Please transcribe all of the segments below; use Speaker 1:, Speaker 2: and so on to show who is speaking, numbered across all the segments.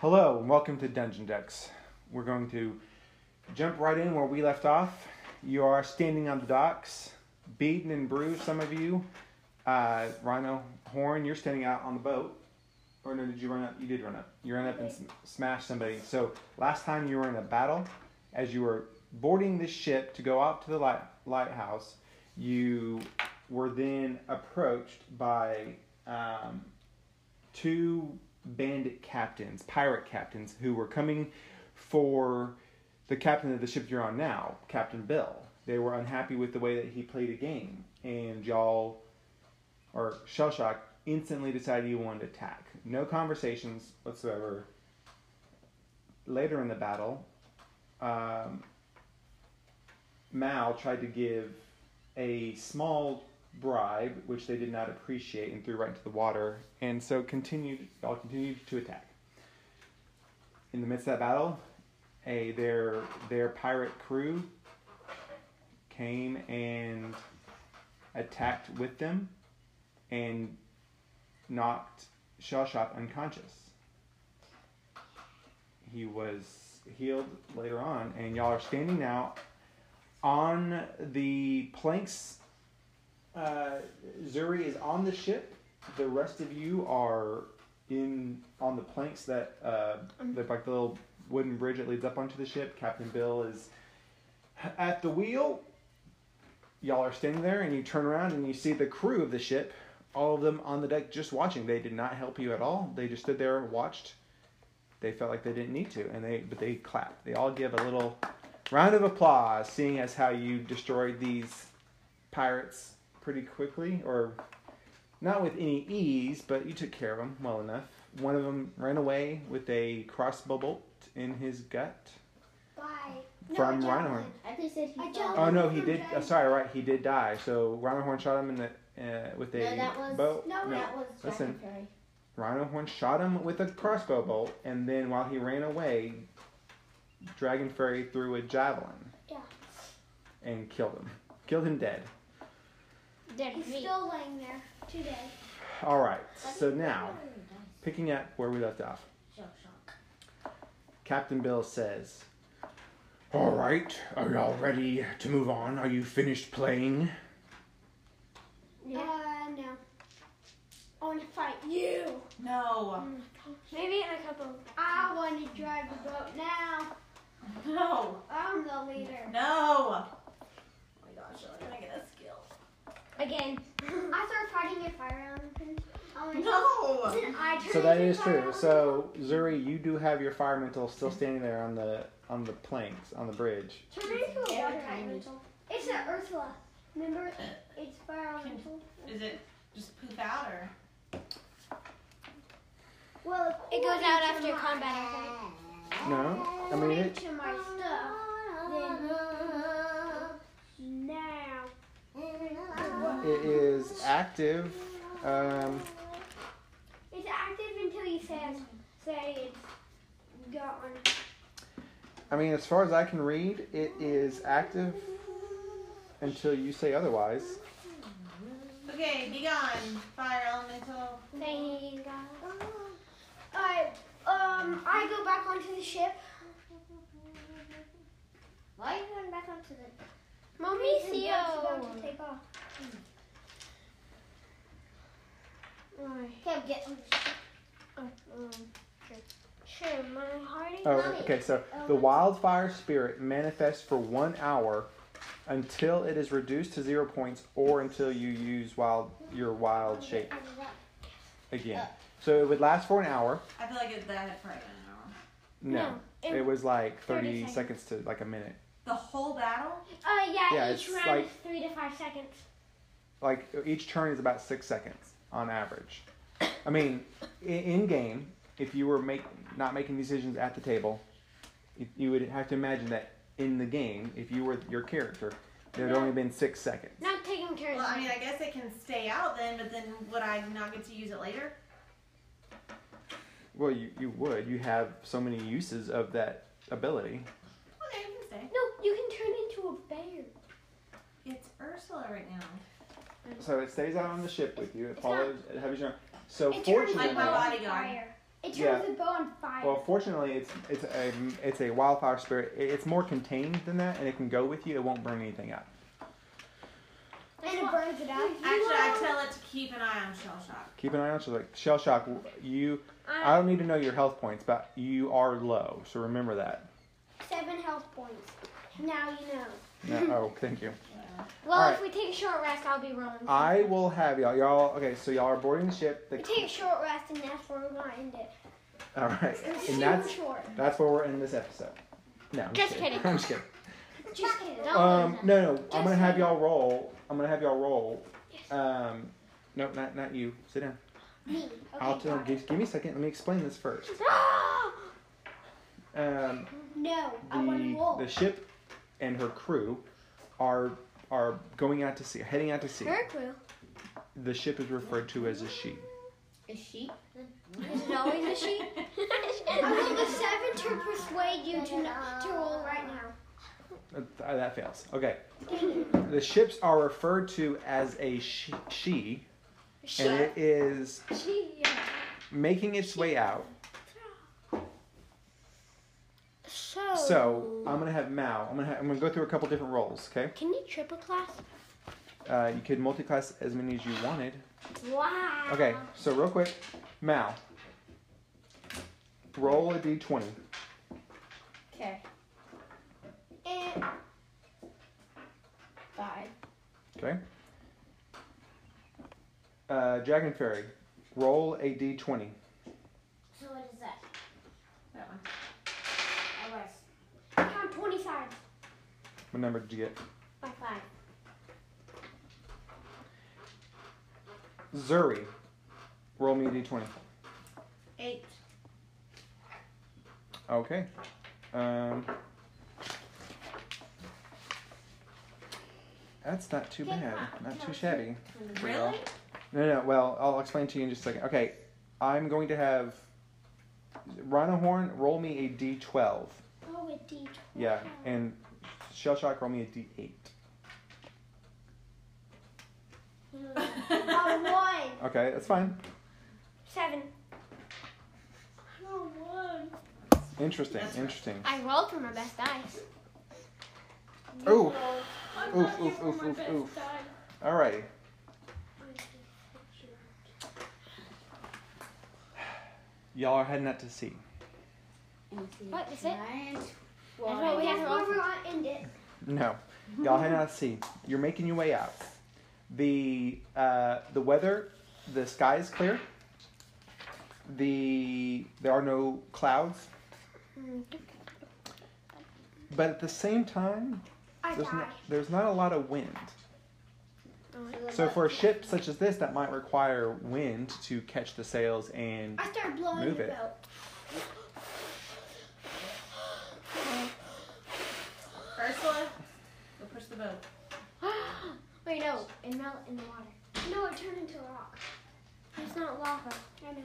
Speaker 1: Hello and welcome to Dungeon Decks. We're going to jump right in where we left off. You are standing on the docks, beaten and bruised, some of you. Uh, Rhino Horn, you're standing out on the boat. Or no, did you run up? You did run up. You ran up and sm- smashed somebody. So last time you were in a battle, as you were boarding this ship to go out to the light- lighthouse, you were then approached by um, two bandit captains, pirate captains, who were coming for the captain of the ship you're on now, Captain Bill. They were unhappy with the way that he played a game, and y'all, or Shellshock, instantly decided you wanted to attack. No conversations whatsoever. Later in the battle, um, Mal tried to give a small bribe, which they did not appreciate, and threw right into the water. And so continued, all continued to attack. In the midst of that battle, a their their pirate crew came and attacked with them, and knocked Shellshock unconscious. He was healed later on, and y'all are standing now on the planks uh, Zuri is on the ship. The rest of you are in on the planks that uh, the like the little wooden bridge that leads up onto the ship. Captain Bill is at the wheel. Y'all are standing there, and you turn around and you see the crew of the ship, all of them on the deck, just watching. They did not help you at all. They just stood there, and watched. They felt like they didn't need to, and they but they clapped. They all give a little round of applause, seeing as how you destroyed these pirates pretty quickly, or not with any ease, but you took care of them well enough. One of them ran away with a crossbow bolt in his gut.
Speaker 2: Bye.
Speaker 1: From
Speaker 3: I
Speaker 1: Rhino.
Speaker 3: jumped. I just said he
Speaker 2: I
Speaker 3: fell.
Speaker 2: jumped.
Speaker 1: Oh no, he did. Uh, sorry, right, he did die. So Rhino Horn shot him in the uh, with a
Speaker 3: No, that was
Speaker 1: bow.
Speaker 3: no, that was
Speaker 1: Listen.
Speaker 3: Dragon Fairy.
Speaker 1: Rhino Horn shot him with a crossbow bolt, and then while he ran away, Dragon Fairy threw a javelin.
Speaker 2: Yeah.
Speaker 1: And killed him. Killed him dead.
Speaker 3: Dead
Speaker 2: He's still laying there today.
Speaker 1: All right. So now, picking up where we left off. Captain Bill says, All right, are y'all ready to move on? Are you finished playing?
Speaker 2: Uh, no. I want to fight you.
Speaker 4: No,
Speaker 2: Maybe in a couple. I want to drive the boat now.
Speaker 4: no,
Speaker 2: I'm the leader.
Speaker 4: no! Oh my gosh, I'm gonna get a skill.
Speaker 2: Again. I start fighting your fire elephant. I wanna-
Speaker 4: No!
Speaker 2: I turn
Speaker 1: So that
Speaker 2: into
Speaker 1: is
Speaker 2: fire
Speaker 1: true.
Speaker 2: elephant.
Speaker 1: So Zuri, you do have your fire mental still standing there on the on the planks on the bridge.
Speaker 2: Turn into a
Speaker 4: Very
Speaker 2: water
Speaker 4: tiny.
Speaker 2: elemental. It's an Ursula. Remember? It's fire elemental.
Speaker 4: Is it just poop out or?
Speaker 2: Well,
Speaker 5: It goes out
Speaker 2: according to
Speaker 5: after
Speaker 2: my-
Speaker 5: combat, I
Speaker 1: No, I mean
Speaker 2: according
Speaker 1: it.
Speaker 2: to my stuff. Now.
Speaker 1: It is active. Um,
Speaker 2: It's active until you says say it's gone.
Speaker 1: I mean, as far as I can read, it is active until you say otherwise.
Speaker 4: Okay, be gone, fire elemental.
Speaker 2: Thank God. Alright, um, I go back onto the ship.
Speaker 3: Why are you going back onto the?
Speaker 2: Mommy
Speaker 5: Theo.
Speaker 2: about to take off. Alright. Oh, um,
Speaker 3: Okay, I'm getting.
Speaker 2: Sure, my heart
Speaker 1: Oh, okay. So the wildfire spirit manifests for one hour until it is reduced to zero points, or until you use wild your wild shape again. So it would last for an hour.
Speaker 4: I feel like it, that had probably been an hour.
Speaker 1: No,
Speaker 5: No,
Speaker 1: it was like
Speaker 5: 30
Speaker 1: thirty seconds to like a minute.
Speaker 4: The whole battle?
Speaker 2: Uh, yeah,
Speaker 1: Yeah,
Speaker 2: each
Speaker 1: it's
Speaker 2: round
Speaker 1: like-
Speaker 2: is three to five seconds.
Speaker 1: Like each turn is about six seconds on average. I mean, i- in game, if you were make not making decisions at the table, you- you would have to imagine that in the game, if you were your character, there had only been six seconds.
Speaker 2: Not taking turns.
Speaker 4: Well, I mean, I guess it can stay out then, but then would I not get to use it later?
Speaker 1: Well, you, you would. You have so many uses of that ability.
Speaker 4: Okay, it can stay.
Speaker 2: no, you can turn into a bear.
Speaker 4: It's Ursula right now.
Speaker 1: So it stays out on the ship with you. It
Speaker 2: It's
Speaker 1: follows. It has your. So
Speaker 2: It turns
Speaker 1: fortunately,
Speaker 4: Like my
Speaker 2: into a
Speaker 4: bodyguard.
Speaker 2: fire. It turns
Speaker 1: Yeah.
Speaker 2: the bow on fire.
Speaker 1: Well, fortunately, it's it's a it's a wildfire spirit. It- It's more contained than that, and it can go with you. It won't burn anything up.
Speaker 2: and it burns it out.
Speaker 4: Actually, I tell it to keep an eye on shell shock.
Speaker 1: Keep an eye on so like shell shock. You, I don't need to know your health points, but you are low, so remember that.
Speaker 2: Seven health points. Now you know.
Speaker 1: No, oh, thank you.
Speaker 3: Well,
Speaker 1: All Uh,
Speaker 3: if we take a short rest, I'll be rolling.
Speaker 1: I will have y'all. Y'all, okay? So y'all are boarding the ship.
Speaker 2: We
Speaker 1: The,
Speaker 2: take a short rest, and that's where we're gonna end it.
Speaker 1: all right,
Speaker 2: It's
Speaker 1: and
Speaker 2: super
Speaker 1: that's
Speaker 2: short.
Speaker 1: that's where we're in this episode. No, I'm just,
Speaker 3: Just
Speaker 1: kidding.
Speaker 3: kidding.
Speaker 1: I'm just kidding.
Speaker 2: Just kidding.
Speaker 3: Don't
Speaker 1: Um,
Speaker 3: lose it.
Speaker 1: no, no. I'm gonna have y'all roll. I'm gonna have y'all roll. Um, no, not not you. Sit down.
Speaker 2: Me. Okay,
Speaker 1: I'll tell.
Speaker 2: got it.
Speaker 1: Give, give me a second. Let me explain this first. Um,
Speaker 2: No, I want to
Speaker 1: the
Speaker 2: roll.
Speaker 1: the ship and her crew are are going out to sea, heading out to sea.
Speaker 3: Her crew.
Speaker 1: The ship is referred to as a she.
Speaker 3: Is she? Is it always a she?
Speaker 2: I rolled a seven to persuade you to not to roll right now.
Speaker 1: Uh, th- that fails. Okay. The ships are referred to as a she, she and it is
Speaker 2: She, yeah.
Speaker 1: making its way out.
Speaker 3: so.
Speaker 1: So I'm gonna have Mao. I'm gonna ha- I'm gonna go through a couple different roles. Okay.
Speaker 3: Can you triple class?
Speaker 1: Uh, you could multi-class as many as you wanted.
Speaker 3: Wow.
Speaker 1: Okay. So real quick, Mao. Roll a d20.
Speaker 3: Okay.
Speaker 2: And
Speaker 3: Five.
Speaker 1: Okay. Uh, Dragon Fairy, roll a d20.
Speaker 3: So what is that?
Speaker 4: That one.
Speaker 3: I was
Speaker 2: count 20 sides.
Speaker 1: What number did you get?
Speaker 3: by five.
Speaker 1: Zuri, roll me a d20.
Speaker 4: Eight.
Speaker 1: Okay. Um, that's not too bad. Not too shabby.
Speaker 4: Really?
Speaker 1: No, no. Well, I'll explain to you in just a second. Okay, I'm going to have Rhino Horn roll me a d12.
Speaker 2: Oh, a D.
Speaker 1: Yeah, and Shell Shock roll me a d8.
Speaker 2: A one.
Speaker 1: Okay, that's fine.
Speaker 2: Oh, Seven.
Speaker 1: Interesting.
Speaker 4: That's right.
Speaker 1: Interesting.
Speaker 3: I rolled for my best dice.
Speaker 1: Oof. Oof, oof, oof, oof, oof. Alrighty. Y'all are heading out to sea.
Speaker 3: What is it? That's what we have
Speaker 2: That's
Speaker 3: to
Speaker 2: where
Speaker 3: roll
Speaker 2: we're
Speaker 3: for.
Speaker 2: gonna end it.
Speaker 1: No. Y'all heading out to sea. You're making your way out. The uh, the weather, the sky is clear. The there are no clouds. But at the same time,
Speaker 2: I
Speaker 1: there's
Speaker 2: died.
Speaker 1: not, there's not a lot of wind. So for a ship such as this that might require wind to catch the sails and
Speaker 2: I started blowing
Speaker 1: Move
Speaker 2: the
Speaker 1: it.
Speaker 2: boat.
Speaker 4: Ursula, go push the boat.
Speaker 3: Wait, no. It melt in the water.
Speaker 2: No, it turned into a rock.
Speaker 3: It's not lava.
Speaker 2: I know.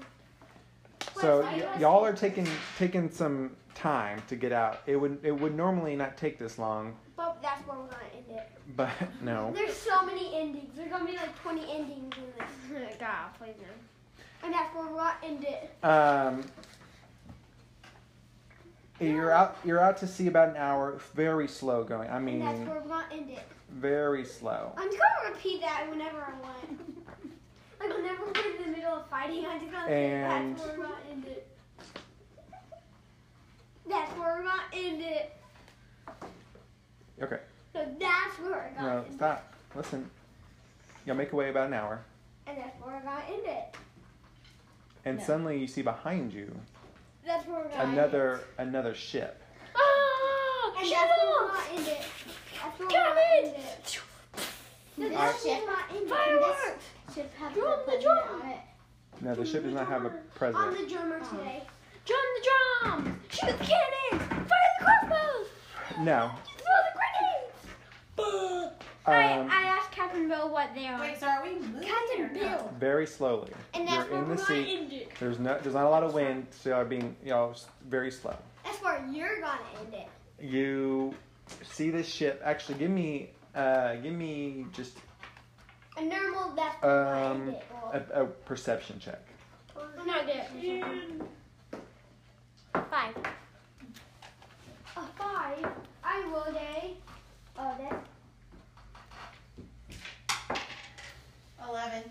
Speaker 1: So
Speaker 2: Wait,
Speaker 1: y-
Speaker 2: wait,
Speaker 1: y'all are taking taking some time to get out. It would it would normally not take this long,
Speaker 2: But that's where we're gonna end it.
Speaker 1: but no.
Speaker 2: There's so many endings. There's gonna be like 20 endings in this.
Speaker 3: God, please no.
Speaker 2: And that's where we're gonna end it.
Speaker 1: Um, you're out you're out to sea about an hour. Very slow going. I
Speaker 2: And that's
Speaker 1: mean,
Speaker 2: where we're gonna end it.
Speaker 1: very slow.
Speaker 2: I'm just gonna repeat that whenever I want. like whenever we're in the middle of fighting, I'm just gonna say
Speaker 1: And-
Speaker 2: that's where we're gonna end it. That's where we're gonna end it.
Speaker 1: Okay.
Speaker 2: So that's where we're gonna
Speaker 1: No,
Speaker 2: end it.
Speaker 1: stop. Listen. Y'all make away about an hour,
Speaker 2: And that's where we're gonna end it.
Speaker 1: and
Speaker 3: No.
Speaker 1: suddenly you see behind you
Speaker 2: That's where we're gonna
Speaker 1: another another ship.
Speaker 3: Ah!
Speaker 2: end it. And that's where we're
Speaker 3: Shovels!
Speaker 2: gonna end it. That's where
Speaker 3: Damn
Speaker 2: we're gonna
Speaker 3: it!
Speaker 2: end it. No,
Speaker 1: I-
Speaker 2: that's where we're gonna end it.
Speaker 3: Fireworks! Should have
Speaker 2: Drum,
Speaker 3: the
Speaker 2: the
Speaker 3: drum!
Speaker 2: drum.
Speaker 1: No, the ship does not have a
Speaker 2: I'm
Speaker 1: president.
Speaker 2: the drummer
Speaker 3: Oh.
Speaker 2: today.
Speaker 3: Drum the drum! Shoot the cannon! Fire the crossbows!
Speaker 1: No.
Speaker 3: Throw the grenades!
Speaker 1: Um,
Speaker 3: I, I asked Captain Bill what they are.
Speaker 4: Wait, so are we moving?
Speaker 2: Captain
Speaker 4: or not?
Speaker 2: Bill.
Speaker 1: very slowly.
Speaker 2: And that's
Speaker 1: You're
Speaker 2: where
Speaker 1: in
Speaker 2: we're
Speaker 1: the
Speaker 2: gonna
Speaker 1: sea.
Speaker 2: end it.
Speaker 1: There's no, there's not a lot of wind, so y'all are being y'all s- very slow.
Speaker 2: That's where you're gonna end it.
Speaker 1: You see this ship. Actually, give me, uh, give me just
Speaker 2: A normal that's where we're gonna
Speaker 1: Um,
Speaker 2: end it.
Speaker 1: a, a perception check.
Speaker 2: Not good.
Speaker 3: five.
Speaker 2: A five. I rolled a. Oh, that.
Speaker 4: Eleven.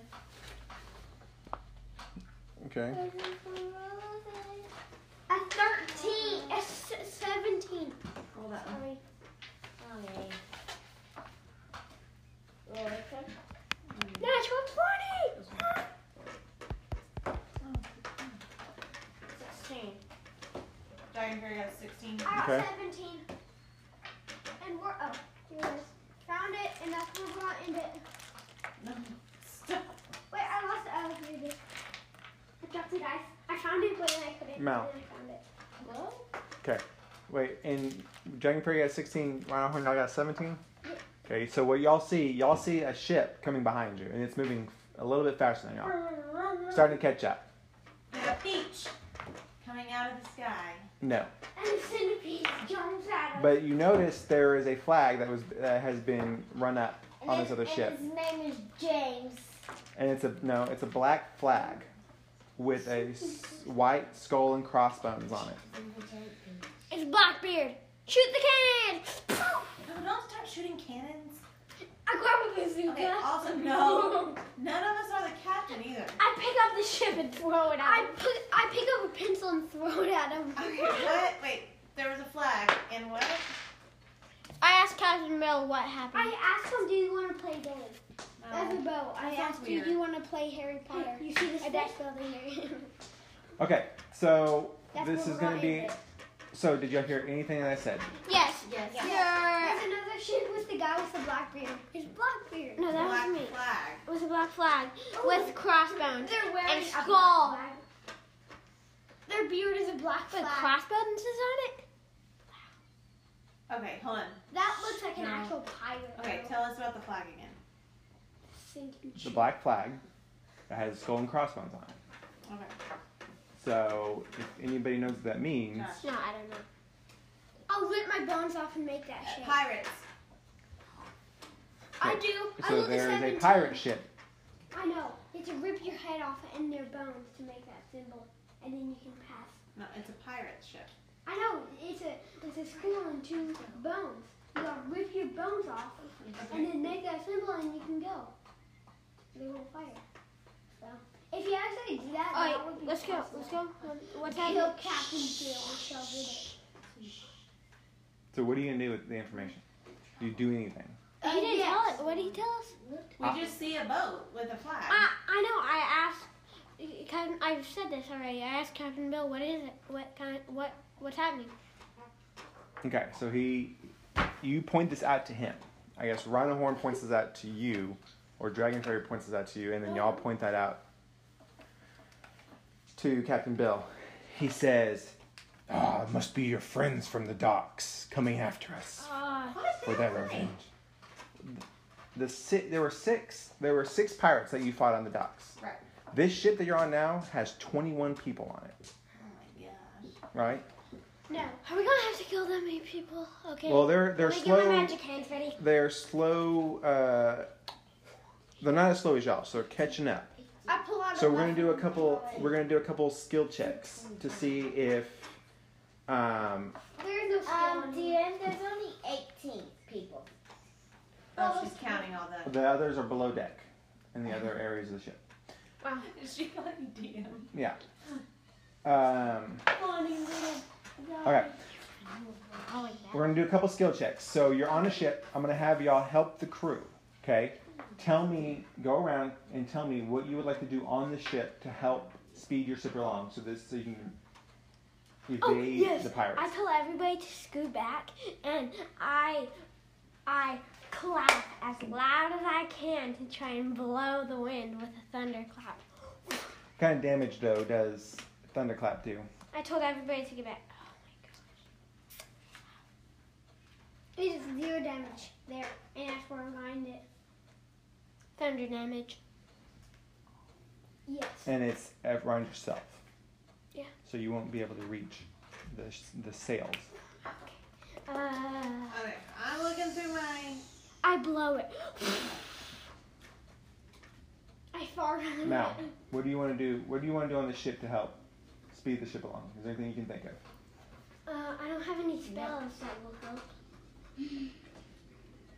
Speaker 1: Okay.
Speaker 2: A thirteen. A s- seventeen.
Speaker 4: Roll that one.
Speaker 2: Sorry.
Speaker 3: Okay. Roll it, okay?
Speaker 2: Natural twenty.
Speaker 3: Sixteen.
Speaker 4: Diamond Fairy has sixteen.
Speaker 2: I got
Speaker 1: Okay.
Speaker 2: seventeen. And we're up. Here it is. Found it, and that's where we're gonna end it.
Speaker 4: Stop.
Speaker 2: Wait, I lost it. I was reading. I dropped the dice. I found it, but then I couldn't.
Speaker 1: Mal.
Speaker 2: Then I found it.
Speaker 3: Well,
Speaker 1: Wait, and Dragon Fury got 16, Rhino Horn, y'all got 17? Okay, so what y'all see, y'all see a ship coming behind you, and it's moving a little bit faster than y'all. Starting to catch up.
Speaker 4: There's a peach coming out of the sky.
Speaker 1: No.
Speaker 2: And the centipede jumps at us.
Speaker 1: But you notice there is a flag that was that has been run up on this other ship.
Speaker 3: His name is James.
Speaker 1: And it's a no, it's a black flag with a s- white skull and crossbones on it.
Speaker 3: It's Blackbeard. Shoot the cannon!
Speaker 4: No, don't stop shooting cannons.
Speaker 3: I grab a bazooka.
Speaker 4: Okay, also, no. None of us are the captain either.
Speaker 3: I pick up the ship and throw it
Speaker 2: I
Speaker 3: out.
Speaker 2: pick, I pick up a pencil and throw it at him.
Speaker 4: Okay, what? Wait, there was a flag. And what?
Speaker 3: I asked Captain Mel what
Speaker 2: I
Speaker 3: happened.
Speaker 2: asked him, do you want to play games? As a
Speaker 4: Um,
Speaker 2: bow, I
Speaker 4: That sounds
Speaker 2: asked, do
Speaker 4: weird.
Speaker 2: you want to play Harry Potter? You see this I dash building here.
Speaker 1: Okay, so
Speaker 2: That's
Speaker 1: this is
Speaker 2: where we're
Speaker 1: gonna
Speaker 2: going
Speaker 1: be so did y'all hear anything that I said?
Speaker 3: Yes.
Speaker 4: yes.
Speaker 2: There's another ship with the guy with the black beard. It's black beard.
Speaker 3: No, that
Speaker 4: Black
Speaker 3: was me.
Speaker 4: flag.
Speaker 3: It was a black flag
Speaker 2: Oh.
Speaker 3: with crossbones.
Speaker 2: They're wearing
Speaker 3: And
Speaker 2: a
Speaker 3: skull.
Speaker 2: black flag. Their beard is a black
Speaker 3: With
Speaker 2: flag.
Speaker 3: crossbones is on it?
Speaker 4: Okay, hold on.
Speaker 2: that looks like an
Speaker 3: No.
Speaker 2: actual pirate.
Speaker 4: Okay,
Speaker 2: though.
Speaker 4: tell us about the flag again.
Speaker 2: Sinking
Speaker 1: The
Speaker 2: ship.
Speaker 1: black flag that has skull and crossbones on it.
Speaker 4: Okay.
Speaker 1: So if anybody knows what that means,
Speaker 4: Gosh.
Speaker 3: No, I don't know.
Speaker 2: I'll rip my bones off and make that shape.
Speaker 4: Pirates.
Speaker 2: I
Speaker 1: Okay.
Speaker 2: do. I
Speaker 1: so
Speaker 2: rolled
Speaker 1: there is a
Speaker 2: 17.
Speaker 1: pirate ship.
Speaker 2: I know. You have to rip your head off and their bones to make that symbol, and then you can pass.
Speaker 4: No, it's a pirate ship.
Speaker 2: I know. It's a it's a skull and two bones. You gotta rip your bones off and then make that symbol, and you can go. They won't fire. So if you actually do that, that would
Speaker 3: Alright,
Speaker 2: be
Speaker 3: let's go.
Speaker 2: possible.
Speaker 3: Let's go. What time?
Speaker 2: Kill Captain Bill and shove it.
Speaker 1: So what are you gonna do with the information? Do you do anything?
Speaker 2: in.
Speaker 3: He didn't
Speaker 2: Uh,
Speaker 3: tell
Speaker 2: yes.
Speaker 3: us. What did he tell us?
Speaker 4: We just see a boat with a flag.
Speaker 2: Ah,
Speaker 3: I, Uh, I know. I asked Captain. I've said this already. I asked Captain Bill, "What is it? What kind? What? What's happening?"
Speaker 1: Okay, so he, you point this out to him. I guess Rhino Horn points this out to you, or Dragon Fairy points this out to you, and then y'all point that out to Captain Bill. He says, "Ah, it must be your friends from the docks coming after us
Speaker 3: Uh,
Speaker 4: What is
Speaker 1: for their
Speaker 4: that
Speaker 1: revenge."
Speaker 4: flag?
Speaker 1: The si- there were six. There were six pirates that you fought on the docks.
Speaker 4: Right.
Speaker 1: This ship that you're on now has 21 people on it,
Speaker 4: Oh my gosh.
Speaker 1: right?
Speaker 2: No.
Speaker 3: are we gonna have to kill that many people? Okay.
Speaker 1: Well, they're they're
Speaker 3: Let me get my
Speaker 1: slow.
Speaker 3: magic hands ready.
Speaker 1: They're slow. Uh, they're not as slow as y'all, so they're catching up.
Speaker 2: I pull out.
Speaker 1: So we're gonna do a couple. We're gonna do a couple skill checks to see if. Um,
Speaker 2: There's no skill
Speaker 3: Um,
Speaker 2: on here.
Speaker 3: dear, there's only 18 people.
Speaker 4: Oh, she's counting all that.
Speaker 1: the others are below deck, in the other areas of the ship.
Speaker 4: Is she on DM?
Speaker 1: Um,
Speaker 2: Funny little guy.
Speaker 1: Okay.
Speaker 3: Oh, yeah.
Speaker 1: we're gonna do a couple skill checks. So you're on a ship. I'm gonna have y'all help the crew. Okay. Tell me. Go around and tell me what you would like to do on the ship to help speed your ship along. So this, so you can evade
Speaker 3: Oh, yes.
Speaker 1: the pirates.
Speaker 3: I tell everybody to scoot back, and I, I clap as loud as I can to try and blow the wind with a thunderclap.
Speaker 1: kind of damage though does thunderclap do?
Speaker 3: I told everybody to oh get back.
Speaker 2: It is zero damage there, and that's where I'm going it.
Speaker 3: Thunder damage.
Speaker 2: Yes.
Speaker 1: And it's around yourself.
Speaker 3: Yeah.
Speaker 1: So you won't be able to reach the sh- the sails.
Speaker 3: Uh,
Speaker 4: Okay, I'm looking through my.
Speaker 3: I blow it.
Speaker 2: I fart on
Speaker 3: Mm-hmm.
Speaker 2: the
Speaker 1: Now,
Speaker 2: mat.
Speaker 1: what do you want to do? What do you want to do on the ship to help speed the ship along? Is there anything you can think of?
Speaker 3: Uh, I don't have any spells that will help.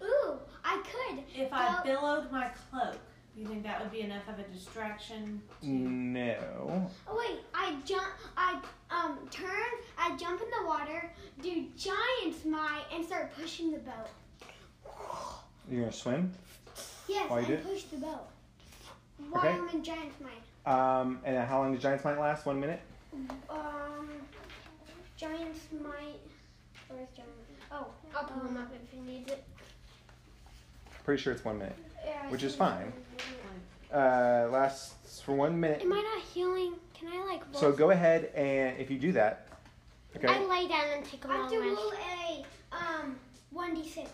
Speaker 2: Ooh, I could.
Speaker 4: If I
Speaker 2: Well-
Speaker 4: billowed my cloak, do you think that would be enough of a distraction?
Speaker 1: No.
Speaker 2: Oh wait, I jump. I um turn. I jump in the water, do giant smite, and start pushing the boat.
Speaker 1: You're gonna swim.
Speaker 2: Yes,
Speaker 1: Why Oh,
Speaker 2: I
Speaker 1: you did?
Speaker 2: push the boat. While
Speaker 1: Okay.
Speaker 2: I'm in giant smite.
Speaker 1: Um, and how long does giant might last? One minute.
Speaker 2: Um, giant smite. Where's giant? Oh, I'll pull him up if he needs it.
Speaker 1: Pretty sure it's one minute.
Speaker 2: Yeah, I
Speaker 1: Which
Speaker 2: see
Speaker 1: is
Speaker 2: it.
Speaker 1: fine. Uh, lasts for one minute.
Speaker 3: Am I not healing? Can I like?
Speaker 1: So
Speaker 3: roll-
Speaker 1: go ahead and if you do that,
Speaker 3: I
Speaker 1: okay.
Speaker 3: lay down and take a
Speaker 2: I have
Speaker 3: long
Speaker 2: to
Speaker 3: rest.
Speaker 2: roll a um one d six.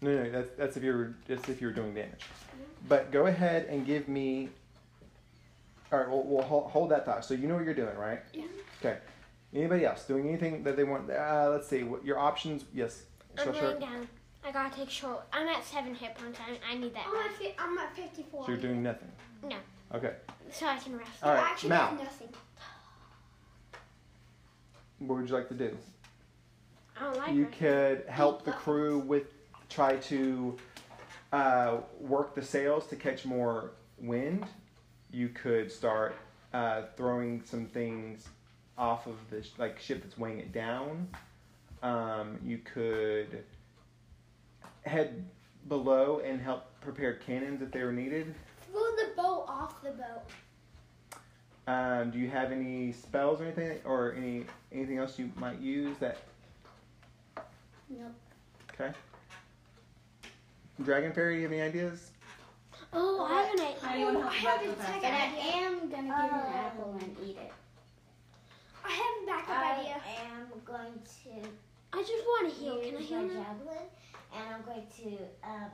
Speaker 1: No, no, that's that's if you're that's if you're doing damage.
Speaker 3: Mm-hmm.
Speaker 1: But go ahead and give me. All right, we'll, we'll hold, hold that thought. So you know what you're doing, right?
Speaker 2: Yeah.
Speaker 1: Okay. Anybody else doing anything that they want? Uh, let's see. What your options? Yes.
Speaker 3: I'm
Speaker 1: Sure,
Speaker 3: laying
Speaker 1: sure.
Speaker 3: down. I gotta take short. I'm at seven hit points. I, I need that.
Speaker 2: I'm at fi- I'm at fifty four.
Speaker 1: So you're doing nothing.
Speaker 3: No.
Speaker 1: Okay.
Speaker 3: so I can rest.
Speaker 1: All right,
Speaker 2: Actually,
Speaker 1: Mal.
Speaker 2: there's nothing.
Speaker 1: What would you like to do?
Speaker 3: I don't like
Speaker 1: You
Speaker 3: rest.
Speaker 1: could help the crew with try to uh, work the sails to catch more wind. You could start uh, throwing some things off of the sh- like ship that's weighing it down. Um, you could head below and help prepare cannons if they were needed.
Speaker 2: Throw the boat off the boat.
Speaker 1: Um, do you have any spells or anything or any anything else you might use that?
Speaker 2: Nope.
Speaker 1: Okay. Dragon Fairy, you have any ideas?
Speaker 3: Oh, I have an idea.
Speaker 4: How do you want to
Speaker 2: I
Speaker 4: help
Speaker 2: have
Speaker 4: the
Speaker 2: a
Speaker 4: back
Speaker 2: second
Speaker 4: up?
Speaker 5: And I am gonna give you an apple and eat it.
Speaker 2: I have a backup idea.
Speaker 5: I am going to
Speaker 3: I just want to heal. Can I
Speaker 5: use
Speaker 3: heal
Speaker 5: my
Speaker 3: now?
Speaker 5: javelin, and I'm going to um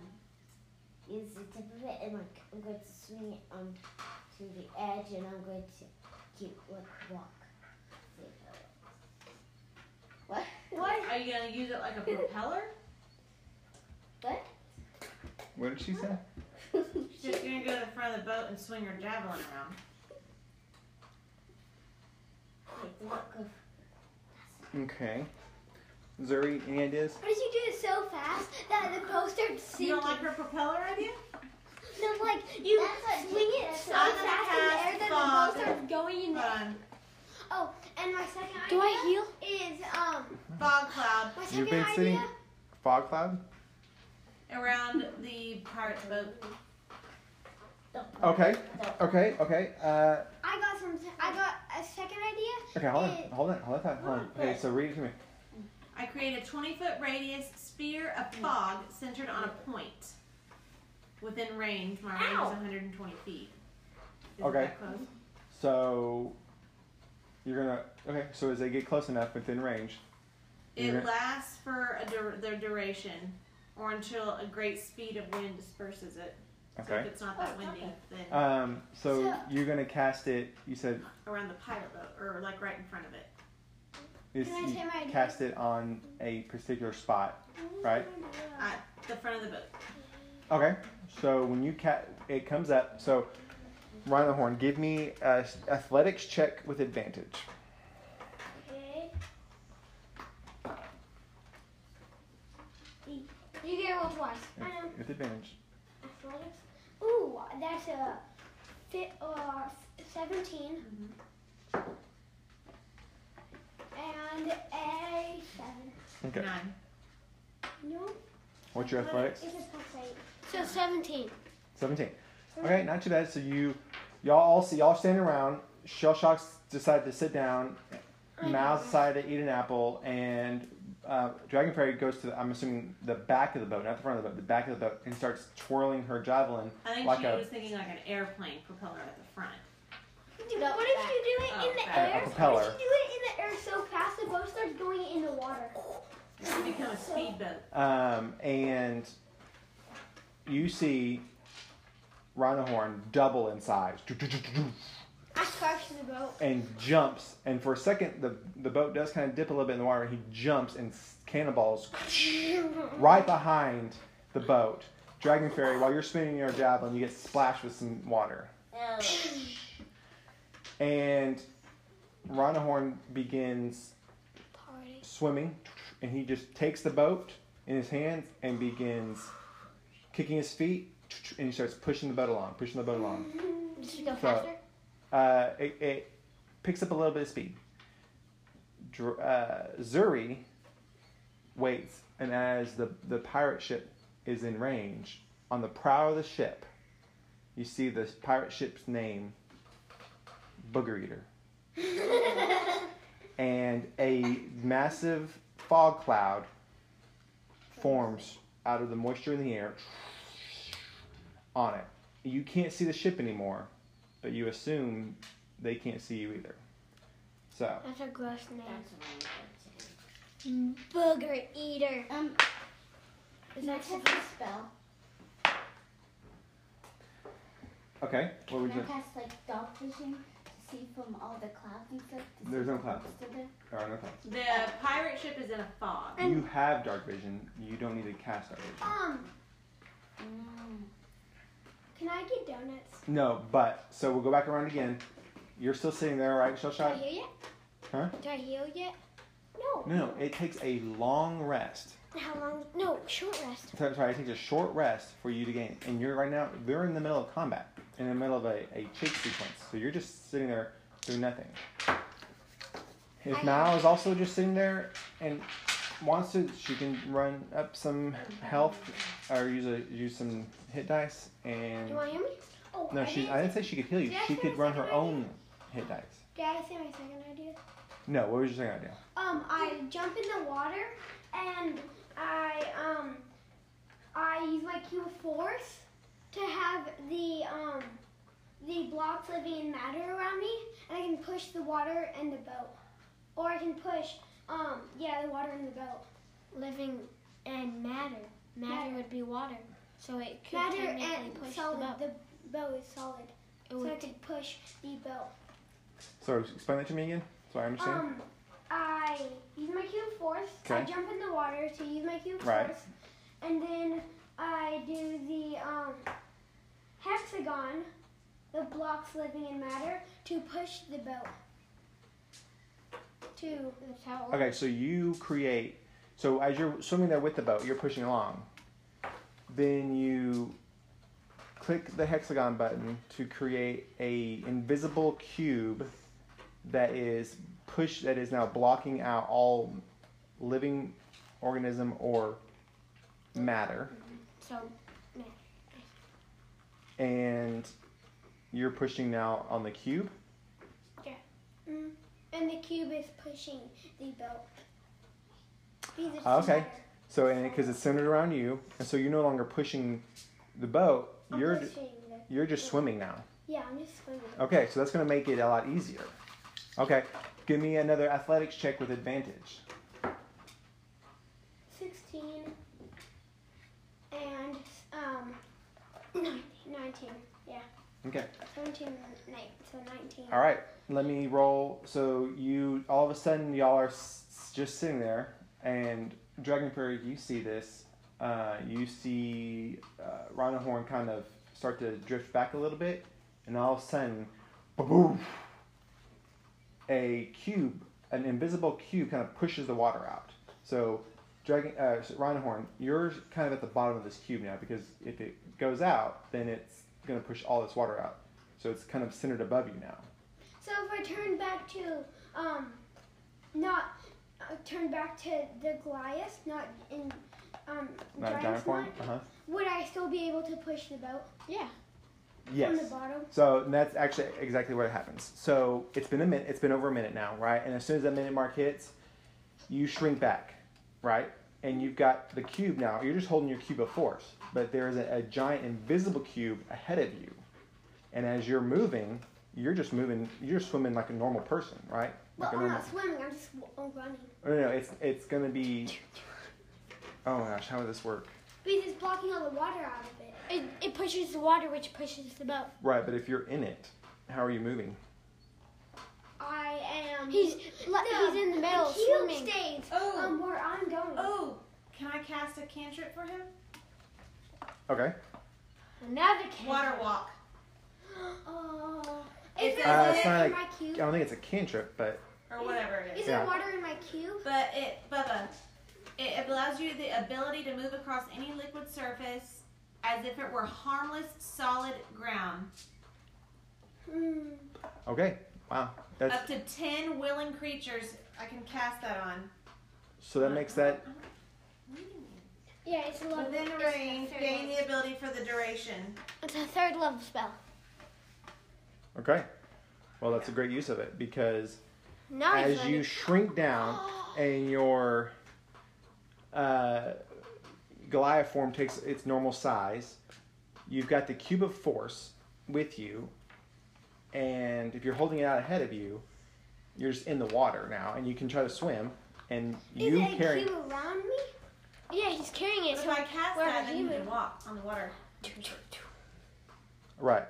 Speaker 5: use the tip of it, and like I'm going to swing it on to the edge, and I'm going to keep like walk. What?
Speaker 2: What?
Speaker 4: Are you going to use it like a propeller?
Speaker 5: What?
Speaker 1: What did she say?
Speaker 4: She's just going to go to the front of the boat and swing her javelin around.
Speaker 5: Wait, look of-
Speaker 1: Okay. Zuri, any ideas?
Speaker 2: Why did you do it so fast that the boat starts
Speaker 4: You
Speaker 2: sinking?
Speaker 4: don't like her propeller idea?
Speaker 2: no, like you
Speaker 5: That's what-
Speaker 2: swing it
Speaker 5: that's
Speaker 2: so
Speaker 4: what-
Speaker 2: fast in the air that the boat starts going in the air.
Speaker 4: Fun.
Speaker 2: Oh, and my second idea
Speaker 3: Do I heal?
Speaker 2: is um
Speaker 4: Fog cloud
Speaker 2: my 2nd
Speaker 1: You've been
Speaker 2: idea.
Speaker 1: sitting- Fog cloud?
Speaker 4: around the pirate's boat.
Speaker 5: don't-
Speaker 1: Okay.
Speaker 5: don't-
Speaker 1: Okay, okay. Uh,
Speaker 2: I got some. I got a second idea.
Speaker 1: okay, hold on,
Speaker 2: It-
Speaker 1: hold on, hold on, hold on. Hey, so read it to me.
Speaker 4: I create a 20 foot radius sphere of fog centered on a point within range. My range
Speaker 5: Ow.
Speaker 4: is 120 feet. Is
Speaker 1: Okay.
Speaker 4: that close?
Speaker 1: So, you're gonna, okay, so as they get close enough within range,
Speaker 4: It
Speaker 1: You're-
Speaker 4: lasts for a dur- the duration or until a great speed of wind disperses it. So if
Speaker 1: okay?
Speaker 4: it's not that
Speaker 5: Oh,
Speaker 4: windy,
Speaker 5: okay.
Speaker 4: then
Speaker 1: Um, so
Speaker 2: So-
Speaker 1: you're gonna cast it, you said,
Speaker 4: around the pilot boat or like right in front of it.
Speaker 1: is
Speaker 2: Can I
Speaker 1: you
Speaker 2: say my idea?
Speaker 1: cast it on a particular spot, right?
Speaker 5: Oh.
Speaker 4: The front of the boat.
Speaker 1: Okay, so when you ca- it comes up, so Ryan the Horn, give me a s- athletics check with advantage.
Speaker 2: Okay. You get rolled twice. I know.
Speaker 1: With advantage.
Speaker 2: Athletics. Ooh, that's a fit, uh, 17.
Speaker 5: Mm-hmm.
Speaker 2: And a 7.
Speaker 1: Okay.
Speaker 4: Nine.
Speaker 2: No,
Speaker 1: What's your athletics?
Speaker 2: it's a plus 8.
Speaker 3: So 17.
Speaker 1: 17. Okay, not too bad. So you, y'all all see, y'all standing around. Shell Shocks decide to sit down. Mal decided to eat an apple, and uh, Dragon Fairy goes to, the, I'm assuming, the back of the boat, not the front of the boat, the back of the boat, and starts twirling her javelin.
Speaker 4: I think
Speaker 1: Like
Speaker 4: she
Speaker 1: a-
Speaker 4: was thinking like an airplane propeller at the front.
Speaker 5: No,
Speaker 2: what if you do it
Speaker 4: Oh,
Speaker 2: in the
Speaker 4: back.
Speaker 1: A- a
Speaker 2: air?
Speaker 1: propeller.
Speaker 2: What if you do it in the air so fast the boat starts going in the water?
Speaker 4: It become a speedboat.
Speaker 1: Um, and you see Rhino Horn double in size
Speaker 2: I crash the boat.
Speaker 1: and jumps. And for a second, the, the boat does kind of dip a little bit in the water, and he jumps and s- cannonballs right behind the boat. Dragon Fairy, while you're spinning your javelin, you get splashed with some water.
Speaker 5: No.
Speaker 1: And Rhino Horn begins swimming, and he just takes the boat in his hands and begins kicking his feet, and he starts pushing the boat along, pushing the boat along.
Speaker 3: Should we go
Speaker 1: So-
Speaker 3: faster?
Speaker 1: Uh, it, it picks up a little bit of speed. Dr- uh, Zuri waits, and as the, the pirate ship is in range, on the prow of the ship, you see the pirate ship's name, Booger Eater. and a massive fog cloud forms out of the moisture in the air on it. You can't see the ship anymore, but you assume they can't see you either. So,
Speaker 3: That's a gross name.
Speaker 5: That's what I'm
Speaker 3: Booger eater.
Speaker 5: going to. Um,
Speaker 3: Is
Speaker 5: can I
Speaker 3: that
Speaker 5: cast a spell?
Speaker 1: okay, what would
Speaker 5: Can
Speaker 1: you?
Speaker 5: I cast like dog vision to see from all the clouds and stuff? to see
Speaker 1: There's no
Speaker 5: if
Speaker 1: clouds.
Speaker 5: it's Still there?
Speaker 1: Or no, okay.
Speaker 4: The pirate ship is in a fog.
Speaker 1: You have dark vision. You don't need to cast dark vision.
Speaker 2: Um,
Speaker 5: Mm.
Speaker 2: can I get donuts?
Speaker 1: No, but so we'll go back around again. You're still sitting there, right, Shell
Speaker 3: Do I
Speaker 1: Shot?
Speaker 3: heal yet?
Speaker 1: Huh?
Speaker 3: Do I heal yet?
Speaker 2: No.
Speaker 1: No, it takes a long rest.
Speaker 3: How long? No, short rest.
Speaker 1: So- sorry, it takes a short rest for you to gain. And you're right now, they're in the middle of combat, in the middle of a, a chase sequence. So you're just sitting there doing nothing. If
Speaker 3: I-
Speaker 1: Nile is also just sitting there and wants to, she can run up some health or use a use some hit dice.
Speaker 3: Do
Speaker 1: And
Speaker 3: you want to heal me?
Speaker 2: Oh,
Speaker 1: no, she I didn't say she could heal you.
Speaker 2: Did I
Speaker 1: She
Speaker 2: say
Speaker 1: could
Speaker 2: my
Speaker 1: run her
Speaker 2: second
Speaker 1: own hit dice.
Speaker 2: Did I say my second idea?
Speaker 1: No, what was your second idea?
Speaker 2: Um, I jump in the water and I um I use my cube of force to have the um the blocks living matter around me and I can push the water and the boat. Or I can push um yeah, the water and the boat.
Speaker 3: Living and matter. Matter,
Speaker 2: Matter.
Speaker 3: would be water. So it could
Speaker 2: matter
Speaker 3: technically
Speaker 2: and
Speaker 3: push the
Speaker 2: solid.
Speaker 3: boat.
Speaker 2: The boat is solid.
Speaker 3: It
Speaker 2: So I
Speaker 3: would-
Speaker 2: can push the boat.
Speaker 1: So explain that to me again, so I understand.
Speaker 2: Um, I use my cube force. I
Speaker 1: Okay.
Speaker 2: jump in the water to use my cube
Speaker 1: Right.
Speaker 2: force, and then I do the um, hexagon, the blocks living in matter, to push the boat. To
Speaker 3: That's how it
Speaker 1: Okay, so you create. So as you're swimming there with the boat, you're pushing along. Then you click the hexagon button to create a invisible cube that is push that is now blocking out all living organism or matter,
Speaker 3: So
Speaker 1: and you're pushing now on the cube.
Speaker 2: and the cube is pushing the boat. Because it's
Speaker 1: Ah, Okay.
Speaker 2: matter.
Speaker 1: So and because it's centered around you, and so you're no longer pushing the boat.
Speaker 2: I'm
Speaker 1: You're
Speaker 2: pushing the-
Speaker 1: you're just swimming now.
Speaker 2: yeah, I'm just swimming.
Speaker 1: Okay, so that's going to make it a lot easier. Okay, give me another athletics check with advantage.
Speaker 2: Sixteen and um, nine- nineteen. Yeah.
Speaker 1: Okay.
Speaker 2: 17, nine- so 19.
Speaker 1: All right, let me roll. So you, all of a sudden, y'all are s- s- just sitting there, and Dragon Prairie, you see this. Uh, you see uh, Rhino Horn kind of start to drift back a little bit, and all of a sudden, boom! A cube, an invisible cube, kind of pushes the water out. So, Dragon uh, so Rhino Horn, you're kind of at the bottom of this cube now because if it goes out, then it's going to push all this water out. So it's kind of centered above you now.
Speaker 2: So if I turn back to, um, not, uh, turn back to the Goliath, not in, um,
Speaker 1: Not a giant
Speaker 2: Giant's
Speaker 1: form?
Speaker 2: Knot,
Speaker 1: Uh huh.
Speaker 2: would I still be able to push the boat from
Speaker 1: Yes.
Speaker 2: the bottom?
Speaker 1: So and that's actually exactly what happens. So it's been a minute, it's been over a minute now, right? And as soon as that minute mark hits, you shrink back, right? And you've got the cube now. You're just holding your cube of force, but there is a, a giant invisible cube ahead of you. And as you're moving, you're just moving, you're swimming like a normal person, right?
Speaker 2: Well,
Speaker 1: Like a
Speaker 2: I'm
Speaker 1: normal.
Speaker 2: not swimming, I'm just w- I'm running.
Speaker 1: No, no, it's it's gonna be. Oh my gosh, how would this work?
Speaker 2: Because it's blocking all the water out of it.
Speaker 3: it, it pushes the water, which pushes the boat.
Speaker 1: Right, but if you're in it, how are you moving?
Speaker 2: I am.
Speaker 3: He's le-
Speaker 2: No,
Speaker 3: he's in the middle
Speaker 2: cube
Speaker 3: swimming.
Speaker 2: stays
Speaker 4: Oh,
Speaker 2: um, where I'm going.
Speaker 4: oh! Can I cast a cantrip for him?
Speaker 1: Okay.
Speaker 3: Another can.
Speaker 4: Water walk.
Speaker 2: Oh.
Speaker 4: Is
Speaker 2: If
Speaker 4: it-
Speaker 2: I
Speaker 1: Uh, it's not
Speaker 2: live in
Speaker 1: like-
Speaker 2: my
Speaker 1: I
Speaker 2: cube,
Speaker 1: don't think it's a cantrip, but
Speaker 4: or whatever it is.
Speaker 2: Is there
Speaker 1: Yeah.
Speaker 2: water in my cube?
Speaker 4: But it, Bubba, it allows you the ability to move across any liquid surface as if it were harmless, solid ground.
Speaker 3: Mm.
Speaker 2: Hmm.
Speaker 1: Okay. Wow. That's
Speaker 4: Up to 10 willing creatures I can cast that on.
Speaker 1: so that makes that
Speaker 2: Yeah, it's a lot.
Speaker 4: Within range, gain the ability for the duration.
Speaker 3: It's a third level spell.
Speaker 1: okay. Well, that's a great use of it because
Speaker 3: No,
Speaker 1: as you shrink down and your uh, Goliath form takes its normal size, you've got the cube of force with you, and if you're holding it out ahead of you, you're just in the water now, and you can try to swim, and
Speaker 2: Is
Speaker 1: you
Speaker 2: it a
Speaker 1: carry.
Speaker 2: cube around me?
Speaker 3: yeah, he's carrying it.
Speaker 4: But if
Speaker 3: So
Speaker 4: I cast
Speaker 3: we're
Speaker 4: that, then you
Speaker 3: human.
Speaker 4: can walk on the water.
Speaker 1: Right.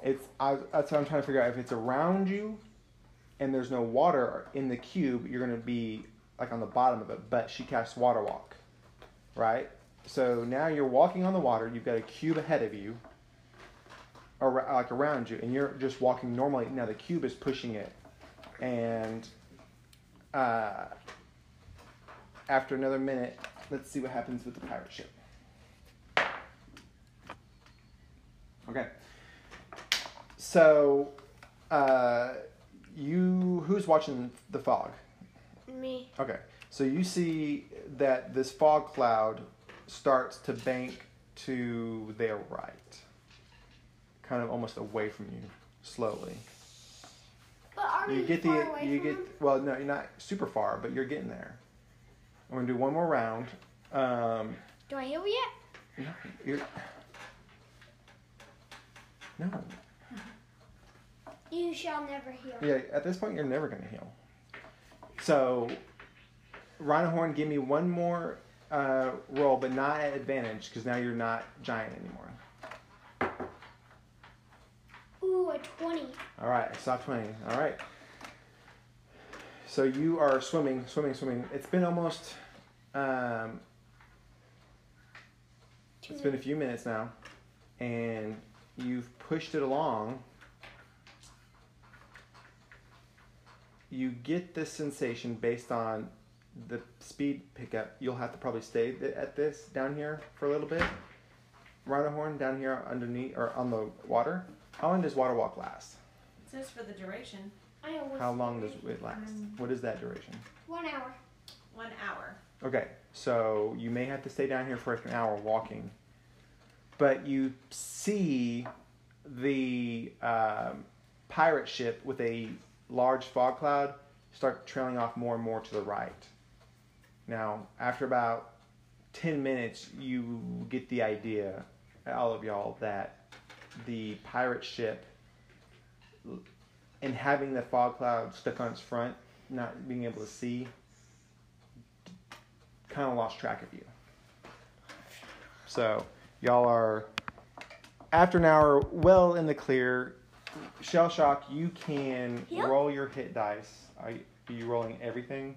Speaker 1: It's I, that's what I'm trying to figure out. If it's around you, and there's no water in the cube, you're gonna be like on the bottom of it. But she casts water walk, right? So now you're walking on the water. You've got a cube ahead of you, or like around you, and you're just walking normally. Now the cube is pushing it, and uh, after another minute, let's see what happens with the pirate ship. Okay. So, uh, you who's watching the fog?
Speaker 3: me.
Speaker 1: Okay. So you see that this fog cloud starts to bank to their right, kind of almost away from you, slowly.
Speaker 2: But are
Speaker 1: You
Speaker 2: we
Speaker 1: get
Speaker 2: far
Speaker 1: the
Speaker 2: away
Speaker 1: you
Speaker 2: from
Speaker 1: get
Speaker 2: them?
Speaker 1: well no you're not super far but you're getting there. I'm gonna do one more round. Um,
Speaker 3: Do I heal yet?
Speaker 1: no, you're no.
Speaker 2: You shall never hear.
Speaker 1: Yeah, at this point, you're never going to heal. So, Rhino Horn, give me one more uh, roll, but not at advantage, because now you're not giant anymore.
Speaker 2: Ooh, a 20.
Speaker 1: All right, stop swimming. All right. So you are swimming, swimming, swimming. It's been almost, um, it's been a few minutes now, and you've pushed it along. You get this sensation based on the speed pickup. You'll have to probably stay th- at this down here for a little bit. Rhino horn down here underneath or on the water. How long does water walk last?
Speaker 4: It says for the duration,
Speaker 2: I know what's
Speaker 1: How long does it last? What is that duration?
Speaker 2: One hour.
Speaker 4: one hour.
Speaker 1: Okay, so you may have to stay down here for an hour walking, but you see the um, pirate ship with a large fog cloud start trailing off more and more to the right. Now, after about 10 minutes, you get the idea, all of y'all, that the pirate ship and having the fog cloud stuck on its front, not being able to see, kind of lost track of you. So, y'all are, after an hour, well in the clear. Shell Shock, you can
Speaker 3: Yeah.
Speaker 1: roll your hit dice. Are you, are you rolling everything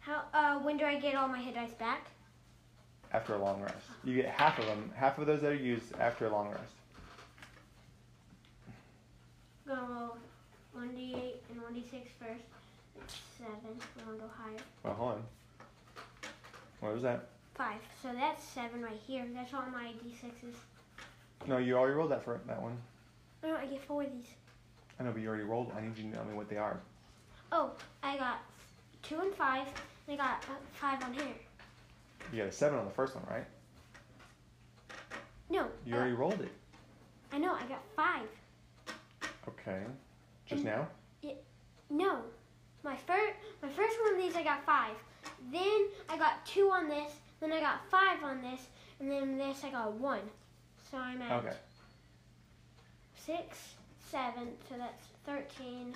Speaker 3: How? Uh, when do I get all my hit dice back?
Speaker 1: after a long rest? You get half of them, half of those that are used after a long rest.
Speaker 3: Gonna roll one d eight and one d six first. It's seven. We're gonna go higher.
Speaker 1: Well, hold on. What was that?
Speaker 3: Five. So that's seven right here. That's all my d sixes.
Speaker 1: No, you already rolled that for that one.
Speaker 3: No, I get four of these.
Speaker 1: I know, but you already rolled. I need you to tell me what they are.
Speaker 3: Oh, I got two and five. And I got uh, five on here.
Speaker 1: You got a seven on the first one, right?
Speaker 3: No.
Speaker 1: You
Speaker 3: uh,
Speaker 1: already rolled it.
Speaker 3: I know. I got five.
Speaker 1: Okay.
Speaker 3: Mm.
Speaker 1: Just now?
Speaker 3: No. My first my first one of these I got five. Then I got two on this, then I got five on this, and then this I got one. So I'm at
Speaker 1: Okay.
Speaker 3: six, seven, so that's thirteen.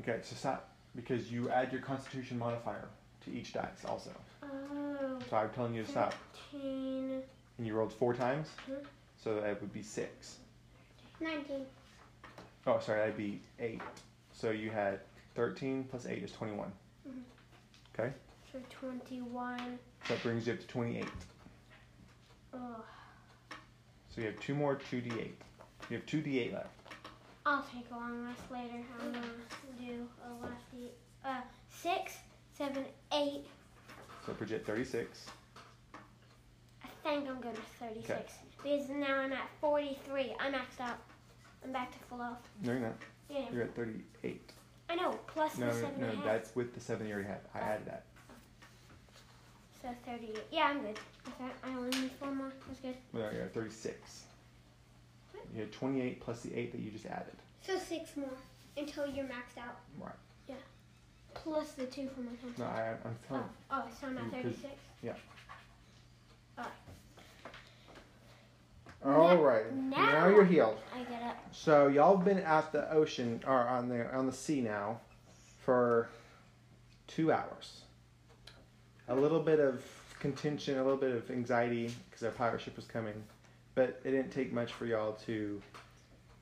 Speaker 1: Okay, so stop. Because you add your constitution modifier to each dice also.
Speaker 3: Oh
Speaker 1: So I'm telling you to stop.
Speaker 3: thirteen.
Speaker 1: And you rolled four times?
Speaker 3: Mhm.
Speaker 1: So that would be six.
Speaker 2: 19.
Speaker 1: Oh, sorry, that'd be eight. So you had 13 plus 8 is 21.
Speaker 3: So twenty one.
Speaker 1: So that brings you up to 28.
Speaker 3: Oh
Speaker 1: So you have two more 2d8. You have 2d8 left.
Speaker 3: I'll take a long rest later. I'm gonna do a last uh, seven, eight.
Speaker 1: So Bridget, 36.
Speaker 3: I think I'm going to 36
Speaker 1: Okay.
Speaker 3: because now I'm at 43. I maxed out. I'm back to full health.
Speaker 1: No, you're not.
Speaker 3: Yeah,
Speaker 1: You're at 38.
Speaker 3: I know. Plus
Speaker 1: No,
Speaker 3: the seven and a
Speaker 1: no,
Speaker 3: half.
Speaker 1: that's with the seven you already had. I added that.
Speaker 3: So 38. Yeah, I'm good. Okay, I only need four more. That's good.
Speaker 1: No, you're at 36. You had 28 plus the 8 that you just added.
Speaker 3: So six more until you're maxed out.
Speaker 1: Right.
Speaker 3: Yeah. Plus the two from my home.
Speaker 1: No, I, I'm telling
Speaker 3: Oh, oh, so I'm at
Speaker 1: You could-
Speaker 3: 36.
Speaker 1: All right.
Speaker 3: now-
Speaker 1: Now you're healed.
Speaker 3: I get up.
Speaker 1: So y'all been at the ocean or on the on the sea now for two hours. A little bit of contention, a little bit of anxiety because a pirate ship was coming, but it didn't take much for y'all to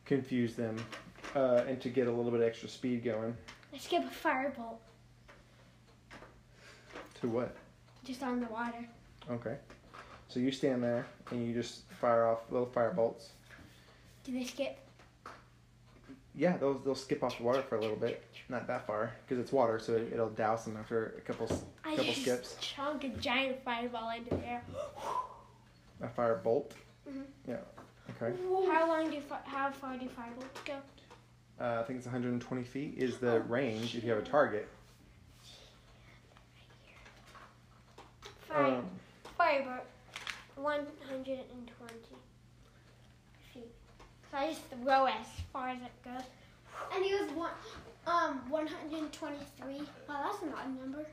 Speaker 1: confuse them uh, and to get a little bit of extra speed going.
Speaker 3: I skip a firebolt
Speaker 1: To what?
Speaker 3: just on the water.
Speaker 1: Okay. So you stand there and you just fire off little fire bolts.
Speaker 3: Do they skip?
Speaker 1: Yeah, they'll they'll skip off the water for a little bit, not that far because it's water, so it, it'll douse them after a couple s-
Speaker 3: I
Speaker 1: Couple
Speaker 3: just
Speaker 1: skips.
Speaker 3: chunk a giant fireball into the air.
Speaker 1: A fire bolt.
Speaker 3: Mhm.
Speaker 1: Yeah. Okay.
Speaker 3: How long do fi- how far do firebolts go?
Speaker 1: Uh, I think it's 120 feet is the
Speaker 3: Oh,
Speaker 1: range if you have a target.
Speaker 3: Fire
Speaker 1: Um,
Speaker 3: firebolt, 120 feet. So I just throw as far as it goes.
Speaker 2: And he was one, um, 123. Wow, that's an odd number.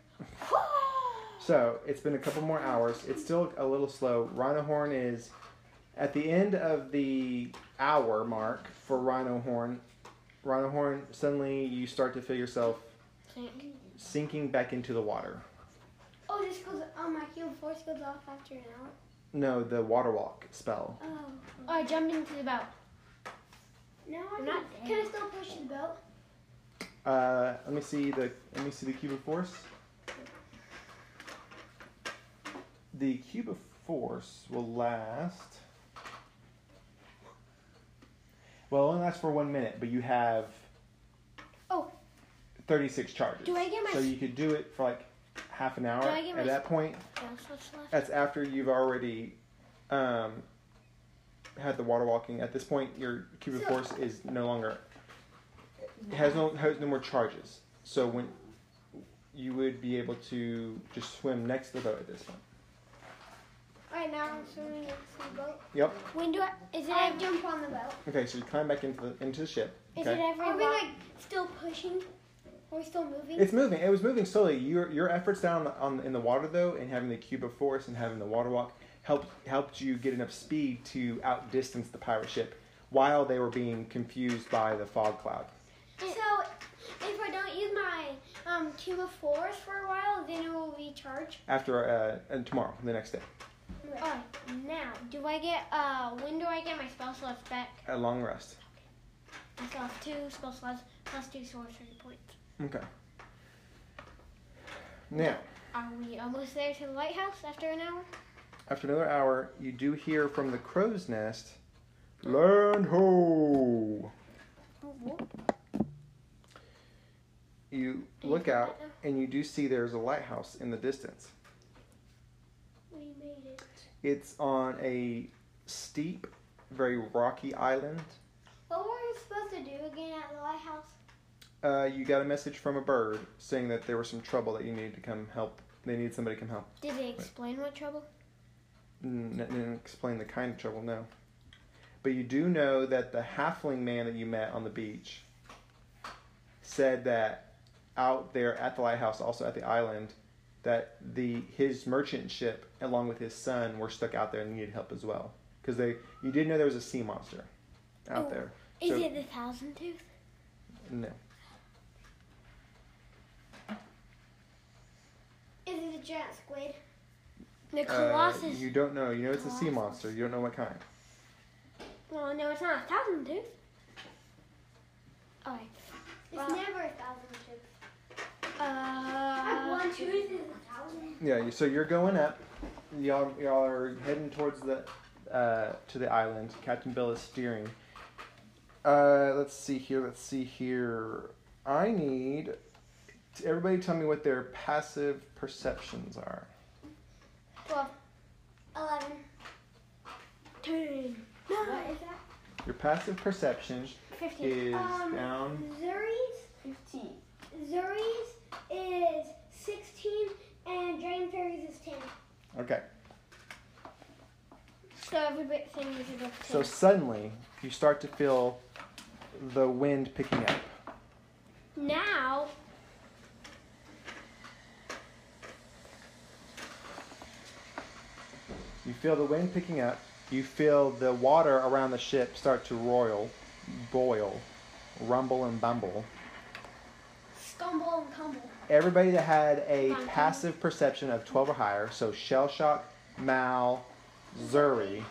Speaker 1: so it's been a couple more hours. It's still a little slow. Rhino horn is at the end of the hour mark for rhino horn. Rhino horn. Suddenly you start to feel yourself
Speaker 3: Think.
Speaker 1: sinking back into the water.
Speaker 2: Oh, this goes, oh, my heal force goes off after an hour.
Speaker 1: No, the water walk spell.
Speaker 2: Oh.
Speaker 3: Oh, I jumped into the boat.
Speaker 2: Now I
Speaker 3: I'm
Speaker 2: can,
Speaker 3: not
Speaker 2: can I still push the boat?
Speaker 1: Uh, let me see the let me see the cube of force. The cube of force will last. Well, it only lasts for one minute, but you have.
Speaker 3: Oh.
Speaker 1: Thirty-six charges.
Speaker 3: Do I get my
Speaker 1: So
Speaker 3: s-
Speaker 1: you could do it for like half an hour.
Speaker 3: Do I get
Speaker 1: At
Speaker 3: my
Speaker 1: that point,
Speaker 3: That's what's left.
Speaker 1: that's after you've already um, had the water walking. At this point, your cube of
Speaker 2: So-
Speaker 1: force is no longer it has no has no more charges. So when you would be able to just swim next to the boat at this point.
Speaker 2: Alright, now I'm swimming next to the boat.
Speaker 1: Yep.
Speaker 3: When do I? Is it
Speaker 2: I
Speaker 3: every?
Speaker 2: jump on the boat.
Speaker 1: Okay, so you climb back into the into the ship.
Speaker 3: Is
Speaker 1: Okay.
Speaker 3: it every?
Speaker 2: Are we
Speaker 3: wa-
Speaker 2: like still pushing? Are we still moving?
Speaker 1: It's moving. It was moving slowly. Your your efforts down on in the water though, and having the cube of force and having the water walk helped helped you get enough speed to outdistance the pirate ship while they were being confused by the fog cloud.
Speaker 2: so if I don't use my um, cube of force for a while, then it will recharge.
Speaker 1: After uh, and tomorrow, the next day,
Speaker 3: Oh, now do I get? Uh, when do I get my spell slots back?
Speaker 1: a long rest.
Speaker 3: I still have two spell slots plus two sorcery points.
Speaker 1: Okay. Now.
Speaker 3: Are we almost there to the lighthouse after an hour?
Speaker 1: After another hour, you do hear from the crow's nest, Land ho! You look out and you do see there's a lighthouse in the distance.
Speaker 2: We made it.
Speaker 1: It's on a steep, very rocky island.
Speaker 2: What were we supposed to do again at the lighthouse?
Speaker 1: Uh, you got a message from a bird saying that there was some trouble that you needed to come help. They need somebody to come help.
Speaker 3: Did they explain what trouble?
Speaker 1: N- n- didn't explain the kind of trouble, no. But you do know that the halfling man that you met on the beach said that out there at the lighthouse, also at the island, that the his merchant ship along with his son were stuck out there and needed help as well because they you did know there was a sea monster out
Speaker 3: Oh.
Speaker 1: there.
Speaker 3: Is
Speaker 1: So-
Speaker 3: it the thousand tooth?
Speaker 1: No,
Speaker 2: Is it a giant squid?
Speaker 3: The
Speaker 1: Uh,
Speaker 3: colossus?
Speaker 1: you don't know. You know it's a sea
Speaker 3: Colossus.
Speaker 1: monster. You don't know what kind.
Speaker 3: Well, no, it's not a thousand tooth. Okay.
Speaker 2: It's
Speaker 3: Well-
Speaker 2: never a thousand tooth.
Speaker 3: Uh,
Speaker 2: one tooth is a thousand.
Speaker 1: Yeah. you- So you're going up. Y'all y'all are heading towards the uh, to the island. Captain Bill is steering. Uh, let's see here. Let's see here. I need t- everybody tell me what their passive perceptions are.
Speaker 3: 12, 11, 10,
Speaker 2: What is that?
Speaker 1: Your passive perception
Speaker 3: 15.
Speaker 1: is
Speaker 2: Um,
Speaker 1: down.
Speaker 2: Zuri's
Speaker 5: 15.
Speaker 2: Zuri's is 16 and Dragon Fairies is 10.
Speaker 1: Okay.
Speaker 3: So everything is above 10.
Speaker 1: So suddenly you start to feel the wind picking up.
Speaker 3: now,
Speaker 1: You feel the wind picking up. You feel the water around the ship start to roil, boil, rumble and bumble.
Speaker 2: Stumble and cumble.
Speaker 1: Everybody that had a
Speaker 3: Bumble.
Speaker 1: passive perception of 12 or higher, so Shell Shock, Mal, Zuri,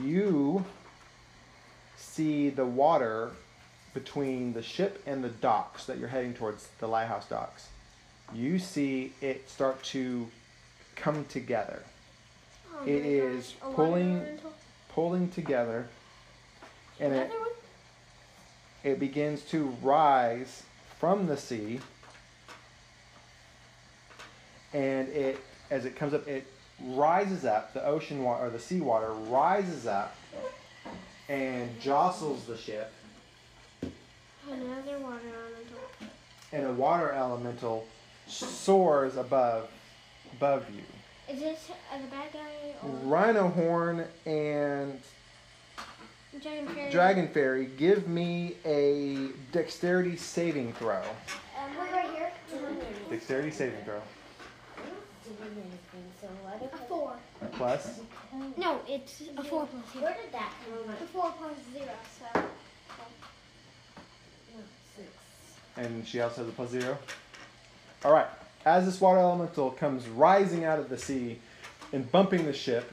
Speaker 1: you see the water between the ship and the docks that you're heading towards, the lighthouse docks. You see it start to come together.
Speaker 3: oh
Speaker 1: It
Speaker 3: my
Speaker 1: is
Speaker 3: gosh, a water
Speaker 1: pulling-
Speaker 3: elemental.
Speaker 1: pulling together and it,
Speaker 3: Another one?
Speaker 1: it begins to rise from the sea and it as it comes up it rises up the ocean water or the sea water rises up and jostles the ship
Speaker 3: Another water elemental.
Speaker 1: and a water elemental soars above above you
Speaker 3: Is this uh, the bad guy or
Speaker 1: rhino horn and
Speaker 3: Dragon Fairy?
Speaker 1: dragon fairy give me a dexterity saving throw
Speaker 5: Um,
Speaker 2: Right, right here.
Speaker 5: doing anything,
Speaker 1: dexterity saving throw
Speaker 5: doing anything. So what
Speaker 2: A
Speaker 5: if
Speaker 2: 4.
Speaker 1: plus
Speaker 5: I-
Speaker 3: No, it's a 4 plus
Speaker 5: Where did that come
Speaker 2: A
Speaker 5: from?
Speaker 2: 4 plus 0, so.
Speaker 5: No, six.
Speaker 1: and she also has a plus zero. All right. As this water elemental comes rising out of the sea and bumping the ship,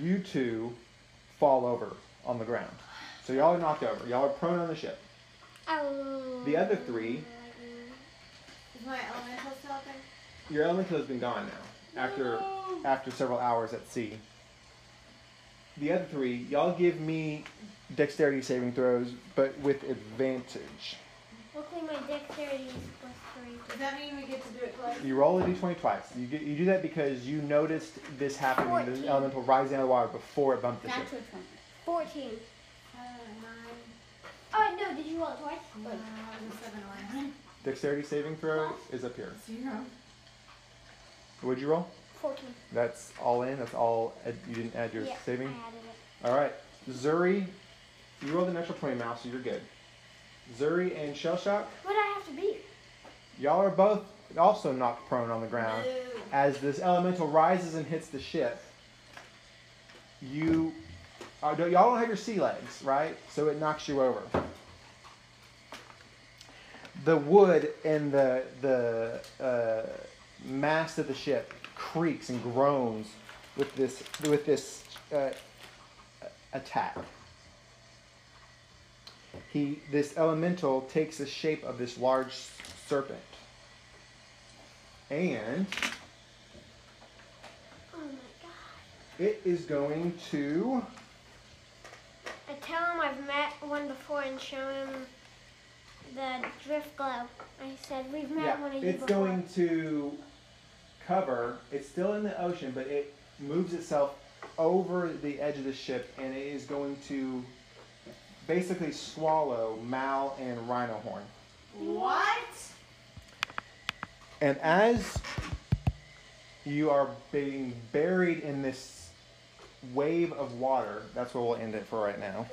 Speaker 1: you two fall over on the ground. So y'all are knocked over. Y'all are prone on the ship.
Speaker 3: Oh.
Speaker 1: The other three,
Speaker 4: Is my elemental still up there?
Speaker 1: your elemental has been gone now after after several hours at sea. The other three, y'all give me dexterity saving throws, but with advantage.
Speaker 3: Luckily, my dexterity is plus 3.
Speaker 4: Does that mean we get to do it twice?
Speaker 1: You roll a d20 twice. You, get, you do that because you noticed this happening, this
Speaker 3: 14.
Speaker 1: elemental rising out of the water before it bumped the ship.
Speaker 4: Natural 20.
Speaker 3: 14.
Speaker 4: Uh, nine,
Speaker 2: Oh, wait, no, did you roll it twice?
Speaker 4: uh, seven, eleven.
Speaker 1: Dexterity saving throw is up here.
Speaker 4: Zero.
Speaker 1: What'd you roll?
Speaker 3: 14.
Speaker 1: That's all in. That's all. Ed, you didn't add your
Speaker 3: yeah,
Speaker 1: saving.
Speaker 3: I added it.
Speaker 1: All right. Zuri, you rolled the natural 20 now, so you're good. Zuri and Shell Shock,
Speaker 3: What do I have to beat?
Speaker 1: y'all are both also knocked prone on the ground.
Speaker 4: Boo.
Speaker 1: As this elemental rises and hits the ship, you. Uh, y'all don't have your sea legs, right? So it knocks you over. The wood and the the uh, mast of the ship creaks and groans with this with this uh, attack. He this elemental takes the shape of this large serpent, and
Speaker 3: Oh my
Speaker 1: It is going to.
Speaker 3: god. I tell him I've met one before and show him the drift glow. I said, we've met
Speaker 1: Yeah,
Speaker 3: one of you
Speaker 1: it's
Speaker 3: before.
Speaker 1: going to cover. It's still in the ocean, but it moves itself over the edge of the ship, and it is going to basically swallow Mal and Rhino Horn.
Speaker 4: What?
Speaker 1: And as you are being buried in this wave of water, that's where we'll end it for right now.